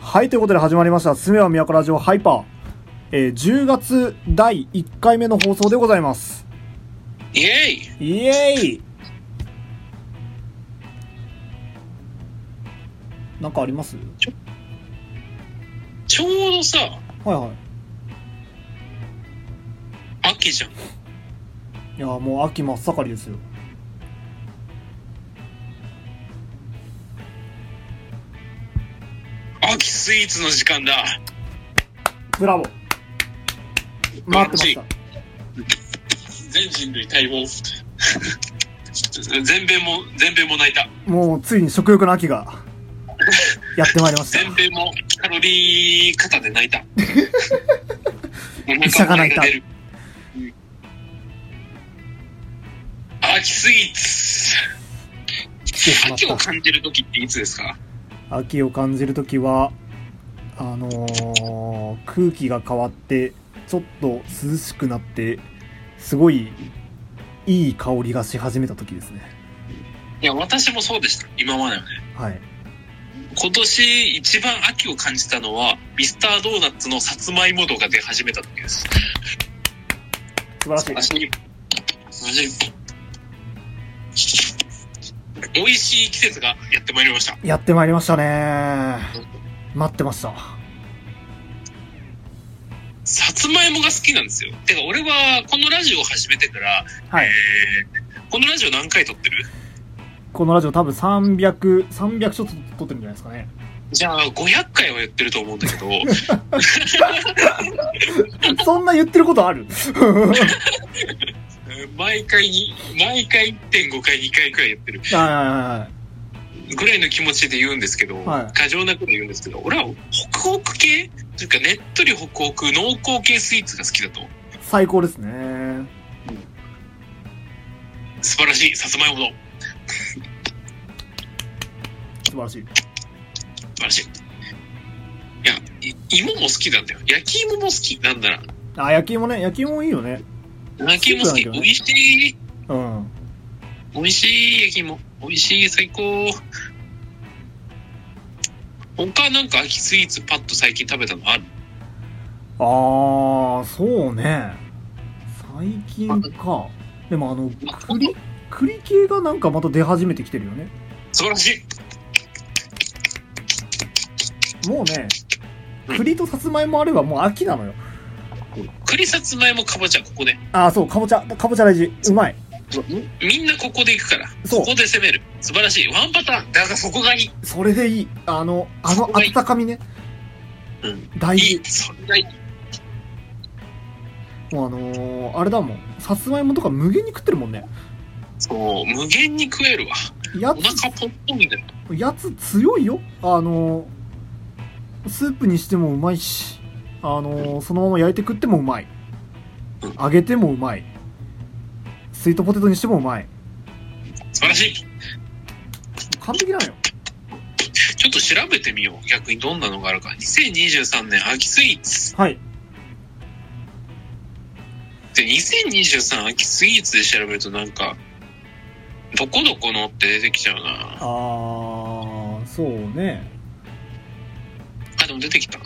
はい、ということで始まりました、すめは都ラジオハイパー。えー、10月第1回目の放送でございます。イエイイエーイなんかありますちょうどさ、はいはい。秋じゃん。いやー、もう秋真っ盛りですよ。秋スイーツの時間だ。ブラボー待ってました。全人類待望。 全米も、全米も泣いた。もうついに食欲の秋がやってまいりま した。全米もカロリー肩で泣い た。医者が泣いたお腹の中出る。うん秋スイーツ。来てしま秋をった。感じる時っていつですか秋を感じるときは、あのー、空気が変わって、ちょっと涼しくなって、すごいいい香りがし始めたときですね。いや、私もそうでした。今まではね。はい。今年一番秋を感じたのは、ミスタードーナツのさつまいも度が出始めた時です。素晴らしい。足に足に美味しい季節がやってまいりましたやってまいりましたね。待ってました。さつまいもが好きなんですよてか俺はこのラジオを始めてから、はい。えーこのラジオ何回撮ってるこのラジオ多分300、300ちょっと撮ってるんじゃないですかね。じゃあ500回はやってると思うんだ けどそんな言ってることある えー毎回に毎回1.5回2回くらいやってるはいはいはいはい。ぐらいの気持ちで言うんですけど、はい過剰なこと言うんですけど俺はホクホク系というかねっとりホクホク濃厚系スイーツが好きだと最高ですね。素晴らしいさつまいもの素晴らしい。素晴らしい。いや、い芋も好きなんだよ。焼き芋も好き。なんなら。あ、焼き芋ね。焼き芋いいよね。焼き芋好き。そうなんだよね美味しい。うん。美味しい焼き芋。美味しい。最高。他なんか秋スイーツパッと最近食べたのあるあー、そうね。最近か。でもあの、栗、栗系がなんかまた出始めてきてるよね。素晴らしい。もうね、栗とさつまいもあればもう秋なのよ。栗さつまいもかぼちゃ、ここで。あー、そう、かぼちゃ、かぼちゃ大事。うまい。みんなここで行くから。そうここで攻める。素晴らしい。ワンパターン。だからそこがいい。それでいい。あの、あの温かみね。うん。大い事い。。それがいい。もうあのー、あれだもん。さつまいもとか無限に食ってるもんね。そう。無限に食えるわ。やお腹ポンポンだよ。つ、やつ強いよ。あのー、スープにしてもうまいし、あのー、そのまま焼いて食ってもうまい。揚げてもうまい。スイートポテトにしてもうまい。素晴らしい。完璧なのよ。ちょっと調べてみよう。逆にどんなのがあるか。2023年秋スイーツ。はい。で、2023秋スイーツで調べるとなんか、どこどこのって出てきちゃうな。あー、そうね。あ、でも出てきた。えー、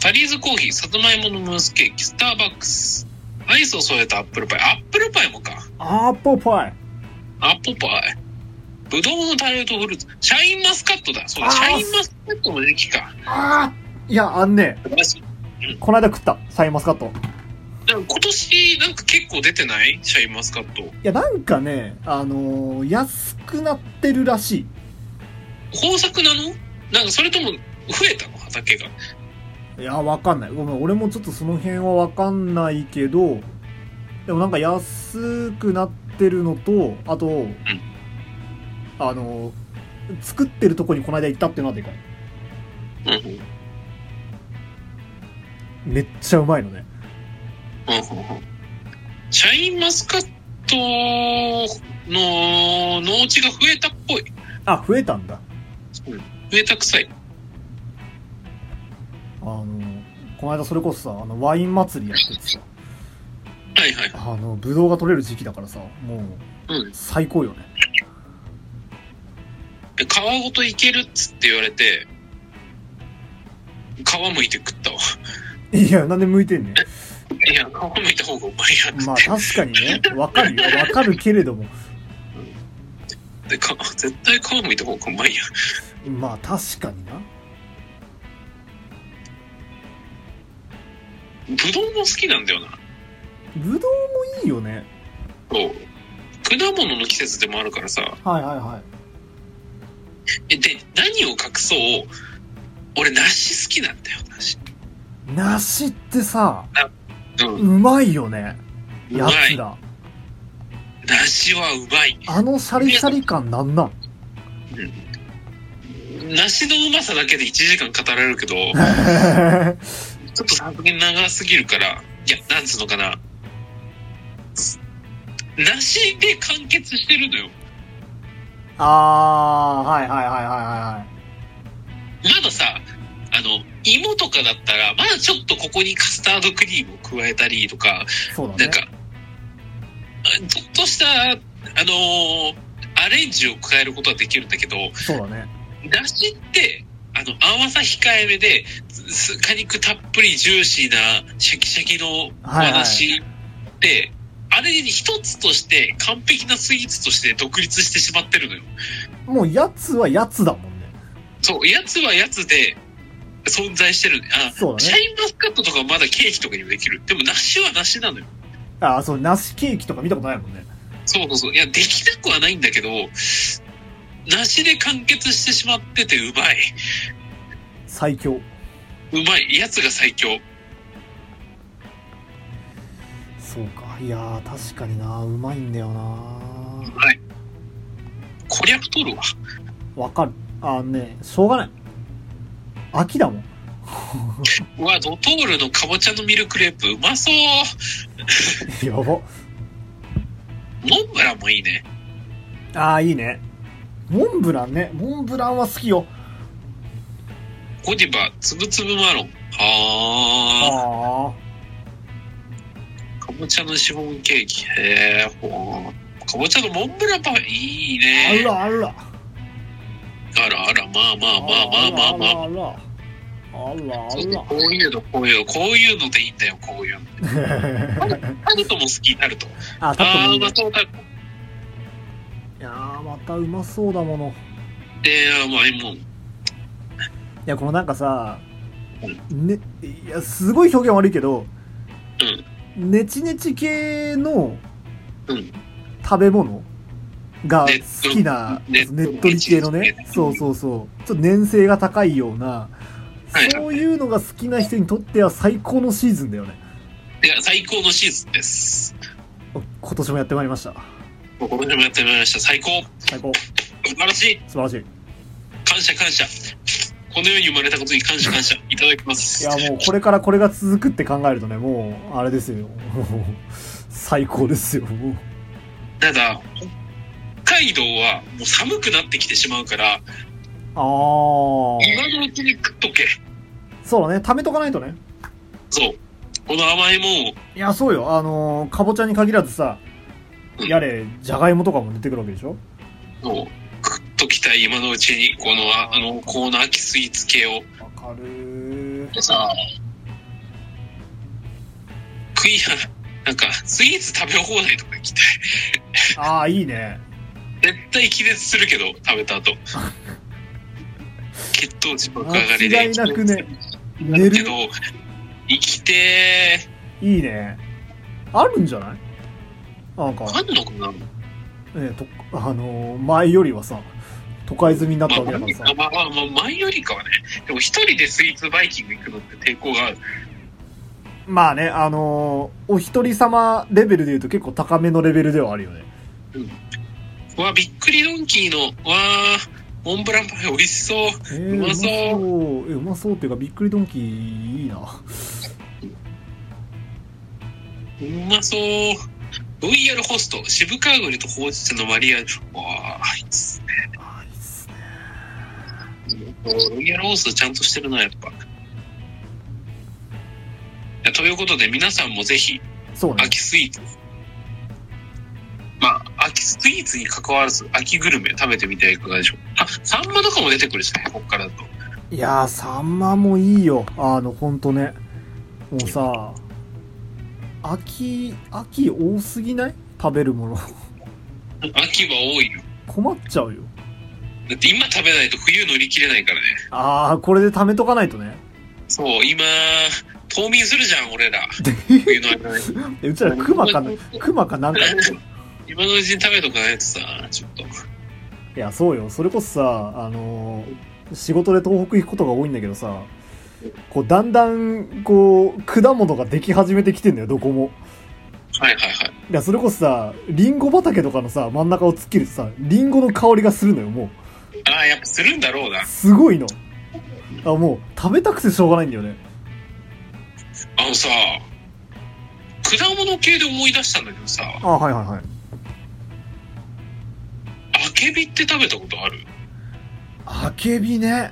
タリーズコーヒー、さつまいものムースケーキ、スターバックス、アイスを添えたアップルパイ。アップルパイもか。アップルパイ。アップルパイ。ぶどうのタルトフルーツ。シャインマスカットだ。そうだ、あーシャインマスカットも出てきたか。あーいや、あんね、私この間食った。シャインマスカット。でも今年なんか結構出てないシャインマスカット。いや、なんかね、あのー、安くなってるらしい。豊作なのなんかそれとも増えたの畑が。いや、わかんない。ごめん、俺もちょっとその辺はわかんないけど、でもなんか安くなってるのと、あと、あの、作ってるとこにこの間行ったっていうのはでかい。うん。うんめっちゃうまいのね。シャインマスカットの農地が増えたっぽい。あ、増えたんだ。増えた臭い。あの、この間それこそさ、あの、ワイン祭りやっててさ、はいはい。あの、ブドウが取れる時期だからさ、もう、うん。最高よね。で皮ごといけるっつって言われて、皮むいて食ったわ。いや、なんで向いてんねん。 いや、皮むいた方がうまいやん。まあ確かにね、わかるよ。わかるけれども。でか絶対皮むいた方がうまいやん。まあ確かにな。ぶどうも好きなんだよな。ぶどうもいいよね。そう。果物の季節でもあるからさ。はいはいはい。え、で、何を隠そう。俺、梨好きなんだよ、梨。梨ってさ、う。うんまいよね。うやまつい。ら。梨はうまい。あのシャリシャリ感なんなん梨のうまさだけで1時間語られるけど、ちょっとさすがに長すぎるから、いや、なんつうのかな。梨で完結してるのよ。 あー、はいはいはいはいはいはい。まださ、あの、芋とかだったら、まだちょっとここにカスタードクリームを加えたりとか、そうだね。なんか、あちょっとした、あのーアレンジを加えることはできるんだけど、そうだね。だしって、あの、甘さ控えめで、す果肉たっぷりジューシーなシャキシャキのおはいはい話で、あれに一つとして完璧なスイーツとして独立してしまってるのよ。もうやつはやつだもんね。そう、やつはやつで存在してる。あ、そうだシャね。インマスカットとかまだケーキとかにもできる。でも梨は梨なのよ。あー、そう、梨ケーキとか見たことないもんね。そうそうそう。いや、できなくはないんだけど、梨で完結してしまっててうまい。最強。うまい。やつが最強。そうか。いやー、確かにな。うまいんだよな。はい。こりゃ太るわ。わかる。あのね、しょうがない。秋だもん。うわ、ドトールのかぼちゃのミルクレープ、うまそう。やば。モンブランもいいね。ああ、いいね。モンブランね。モンブランは好きよ。ゴディバ、つぶつぶマロン。あはあ。かぼちゃのシフォンケーキ。へえ、ほう。かぼちゃのモンブランパフェ、いいあ。あね。らあら。あらあら、まあまあまあまあまあまあ。あらあら。そうねこういうの、こういうの、こういうのでいいんだよ、こういうの。あらあら。タルトも好き、タルト。あ、タップあもいあ、ういねま。そう、タルト。いやー、またうまそうだもの。えー、うまいもん。いや、このなんかさ、うね、いや、すごい表現悪いけど、ネチネチ系のうん食べ物がネット好きな、ネネットットリ系のねネチネチ系ね、そうそうそう、ちょっと粘性が高いようなはいはい、そういうのが好きな人にとっては最高のシーズンだよね。いや、最高のシーズンです。今年もやってまいりました。これでもやってまいりました。最高。最高。素晴らしい。素晴らしい。感謝感謝この世に生まれたことに感謝感謝いただきますいや、もうこれからこれが続くって考えるとね、もう、あれですよ。もう 最高ですよ。もうただ北海道はもう寒くなってきてしまうからあー。今のうちに食っとけそうだね、貯めとかないとね。そうこの甘いもんをいや、そうよ。あのー、かぼちゃに限らずさ、うんやれ、じゃがいもとかも出てくるわけでしょそう食っときたい今のうちにこのああのこの秋スイーツ系をわかる でさ食いやなんかスイーツ食べ放題とか行きたいああ、いいね。絶対気絶するけど食べ た後血糖値爆上がりで間違いなくねだ寝けるど。生きていいね。あるんじゃないなんかー、あんのかなね、と、あのー、前よりはさ、都会済みになったわけだまあからさ。まあまあまあ前よりかはねでも一人でスイーツバイキング行くのって抵抗があるまあね、あのー、お一人様レベルで言うと結構高めのレベルではあるよね。うわびっくりドンキーのうわーモンブランパフェ美味しそうえー、うまそうう。えうまそうっていうか、びっくりドンキーいいな。うまそうロイヤルホスト渋川栗とほうじ茶のマリアージュわーいいっすねあいいっすね。ロイヤルホストちゃんとしてるなやっぱいやということで皆さんもぜひそうね。秋スイーツ。まあ、秋スイーツに関わらず、秋グルメ食べてみてはいかがでしょうか。あ、サンマとかも出てくるしね、こっからだと。いやーサンマもいいよあのほんとねもうさ秋秋多すぎない食べるもの 秋は多いよ。困っちゃうよだって今食べないと冬乗り切れないからね。ああこれで貯めとかないとねそう、今、冬眠するじゃん、俺ら。冬の 間ね。 えうちらクマかなクマかなんか今のうちに食べとかないとさ、ちょっと。いやそうよそれこそさあのー仕事で東北行くことが多いんだけどさこうだんだんこう果物ができ始めてきてんだよどこもはいはいはい。いやそれこそさリンゴ畑とかのさ真ん中を突っ切るとさリンゴの香りがするのよもああ、やっぱするんだろうなう。すごいのあもう食べたくてしょうがないんだよねあのさ、果物系で思い出したんだけどさ、あはいはいはいあけびって食べたことあるあけびね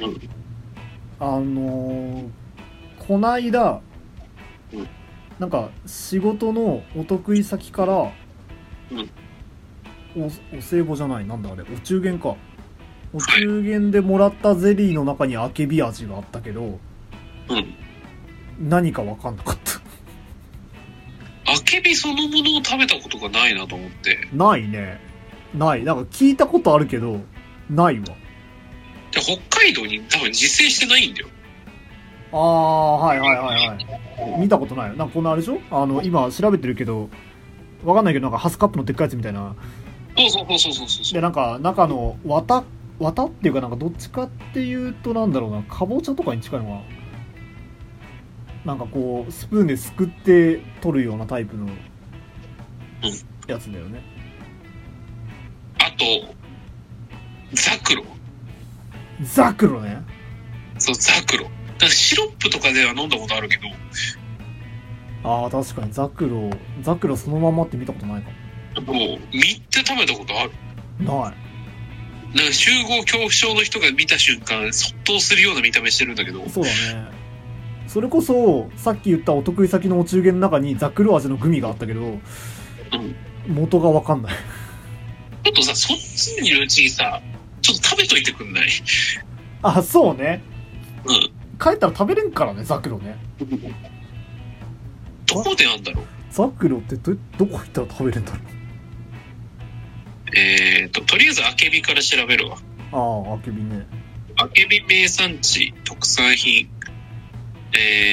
うんあのー、こないだうんなんか仕事のお得意先からおお歳暮じゃないなんだあれお中元かお中元でもらったゼリーの中にあけび味があったけどうん。何か分かんなかった あけびそのものを食べたことがないなと思って。ないねないなんか聞いたことあるけどないわで、北海道に多分実践してないんだよ。ああはいはいはいはい見たことないよなんかこんなあれでしょあの今調べてるけどわかんないけどなんかハスカップのでっかいやつみたいなそうそうそうそうそうそでう。なんか中の綿綿っていうかなんかどっちかっていうとなんだろうなかぼちゃとかに近いのかななんかこうスプーンですくって取るようなタイプのやつだよねあと、ザクロ。ザクロねそう、ザクロ。だからシロップとかでは飲んだことあるけど、ああ確かにザクロザクロそのままって見たことないかもう、見て食べたことある。もないなんか集合恐怖症の人が見た瞬間、即答するような見た目してるんだけど、そうだねそれこそさっき言ったお得意先のお中元の中にザクロ味のグミがあったけど元が分かんないちょっとさ、そっちにいるうちにさ、ちょっと食べといてくんないあそうねうん。帰ったら食べれんからねザクロねどこでなんだろうザクロってどどこ行ったら食べれるんだろえーと、とりあえずあけびから調べるわ。うあああけびねあけび名産地、特産品。え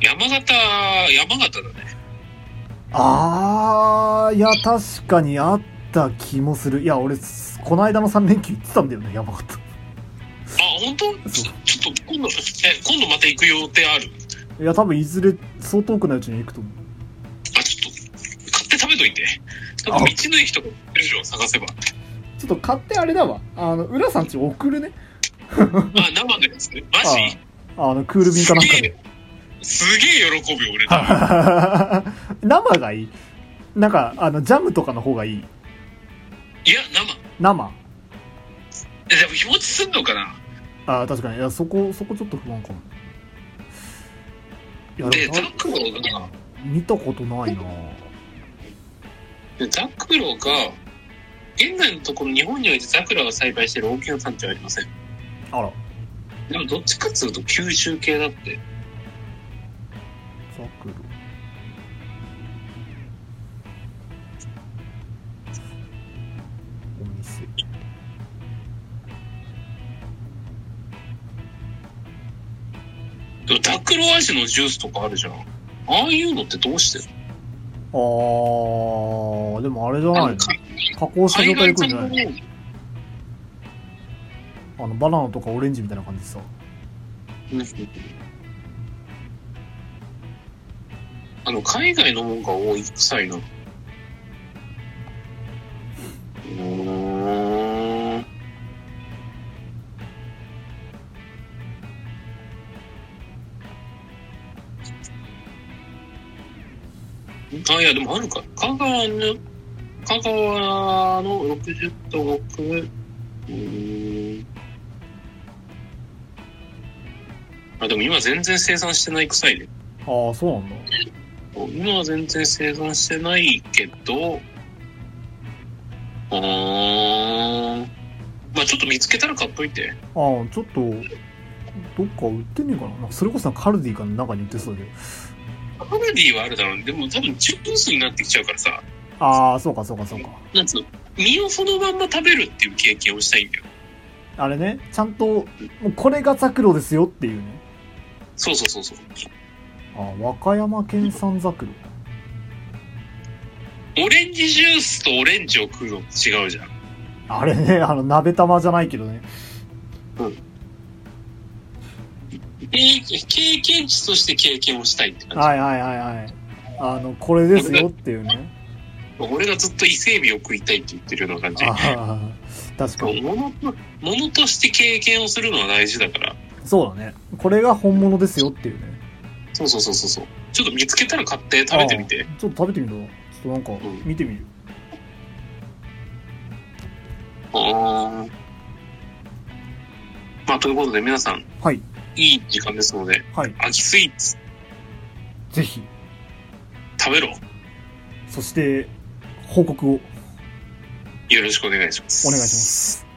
ー、山形、山形だね。ああいや確かにあった気もするいや俺すこの間の3連休行ってたんだよね山形あ、本当ちょちょっと今度、え、今度また行く予定あるいや多分いずれそう遠くないうちに行くと思うあ、ちょっと、買って食べといて。なんか道の駅とか売ってるでしょ、探せば。ちょっと買ってあれだわあの浦さんち送るねあ、生のやつね。マジああのクール便かなんかすげでえ、すげえ喜ぶよ、俺多分。 生がいいなんかあのジャムとかの方がいいいや、生。生えでも日持ちすんのかなああ確かにいやそこそこちょっと不安かもいやで、でもザなクロが、見たことないなでザクロが、現在のところ日本においてザクロが栽培している大きな産地はありません。あらでもどっちかっつうと九州系だって。ザクロお店でもザクロ味のジュースとかあるじゃん。ああいうのってどうしてるあーでもあれじゃのないのか加工した状海態で来る外産んじゃのないねのあのバナナとかオレンジみたいな感じでさうんあの、海外のもんが多い臭いな。うーん。あ、いや、でもあるか。香川の、香川の60都国、うーん。あ、でも今全然生産してない臭いね。ああそうなんだ今は全然生産してないけど、うーん。ちょっと見つけたら買っといて。ああちょっとどっか売ってねえかななんかそれこそカルディかの中に売ってそうでカルディはあるだろうね。でも多分チューブースになってきちゃうからさ、ああそうかそうかそうかなんつうの、身をそのまんま食べるっていう経験をしたいんだよ。あれねちゃんともうこれがザクロですよっていうねそうそうそうそう。ああ和歌山県産ザクロオレンジジュースとオレンジを食うのって違うじゃん。あれねあの鍋玉じゃないけどね経経験値として経験をしたいって感じ。はいはいはいはいあのこれですよっていうね俺がずっと伊勢海老を食いたいって言ってるような感じ。ああ確かに物と物として経験をするのは大事だから。そうだねこれが本物ですよっていうねそうそうそうそうそう。ちょっと見つけたら買って食べてみて。ちょっと食べてみるわちょっとなんかうん見てみるあーまあ、ということで皆さん、はいいい時間ですので、はい秋スイーツぜひ食べろ。そして報告をよろしくお願いします。お願いします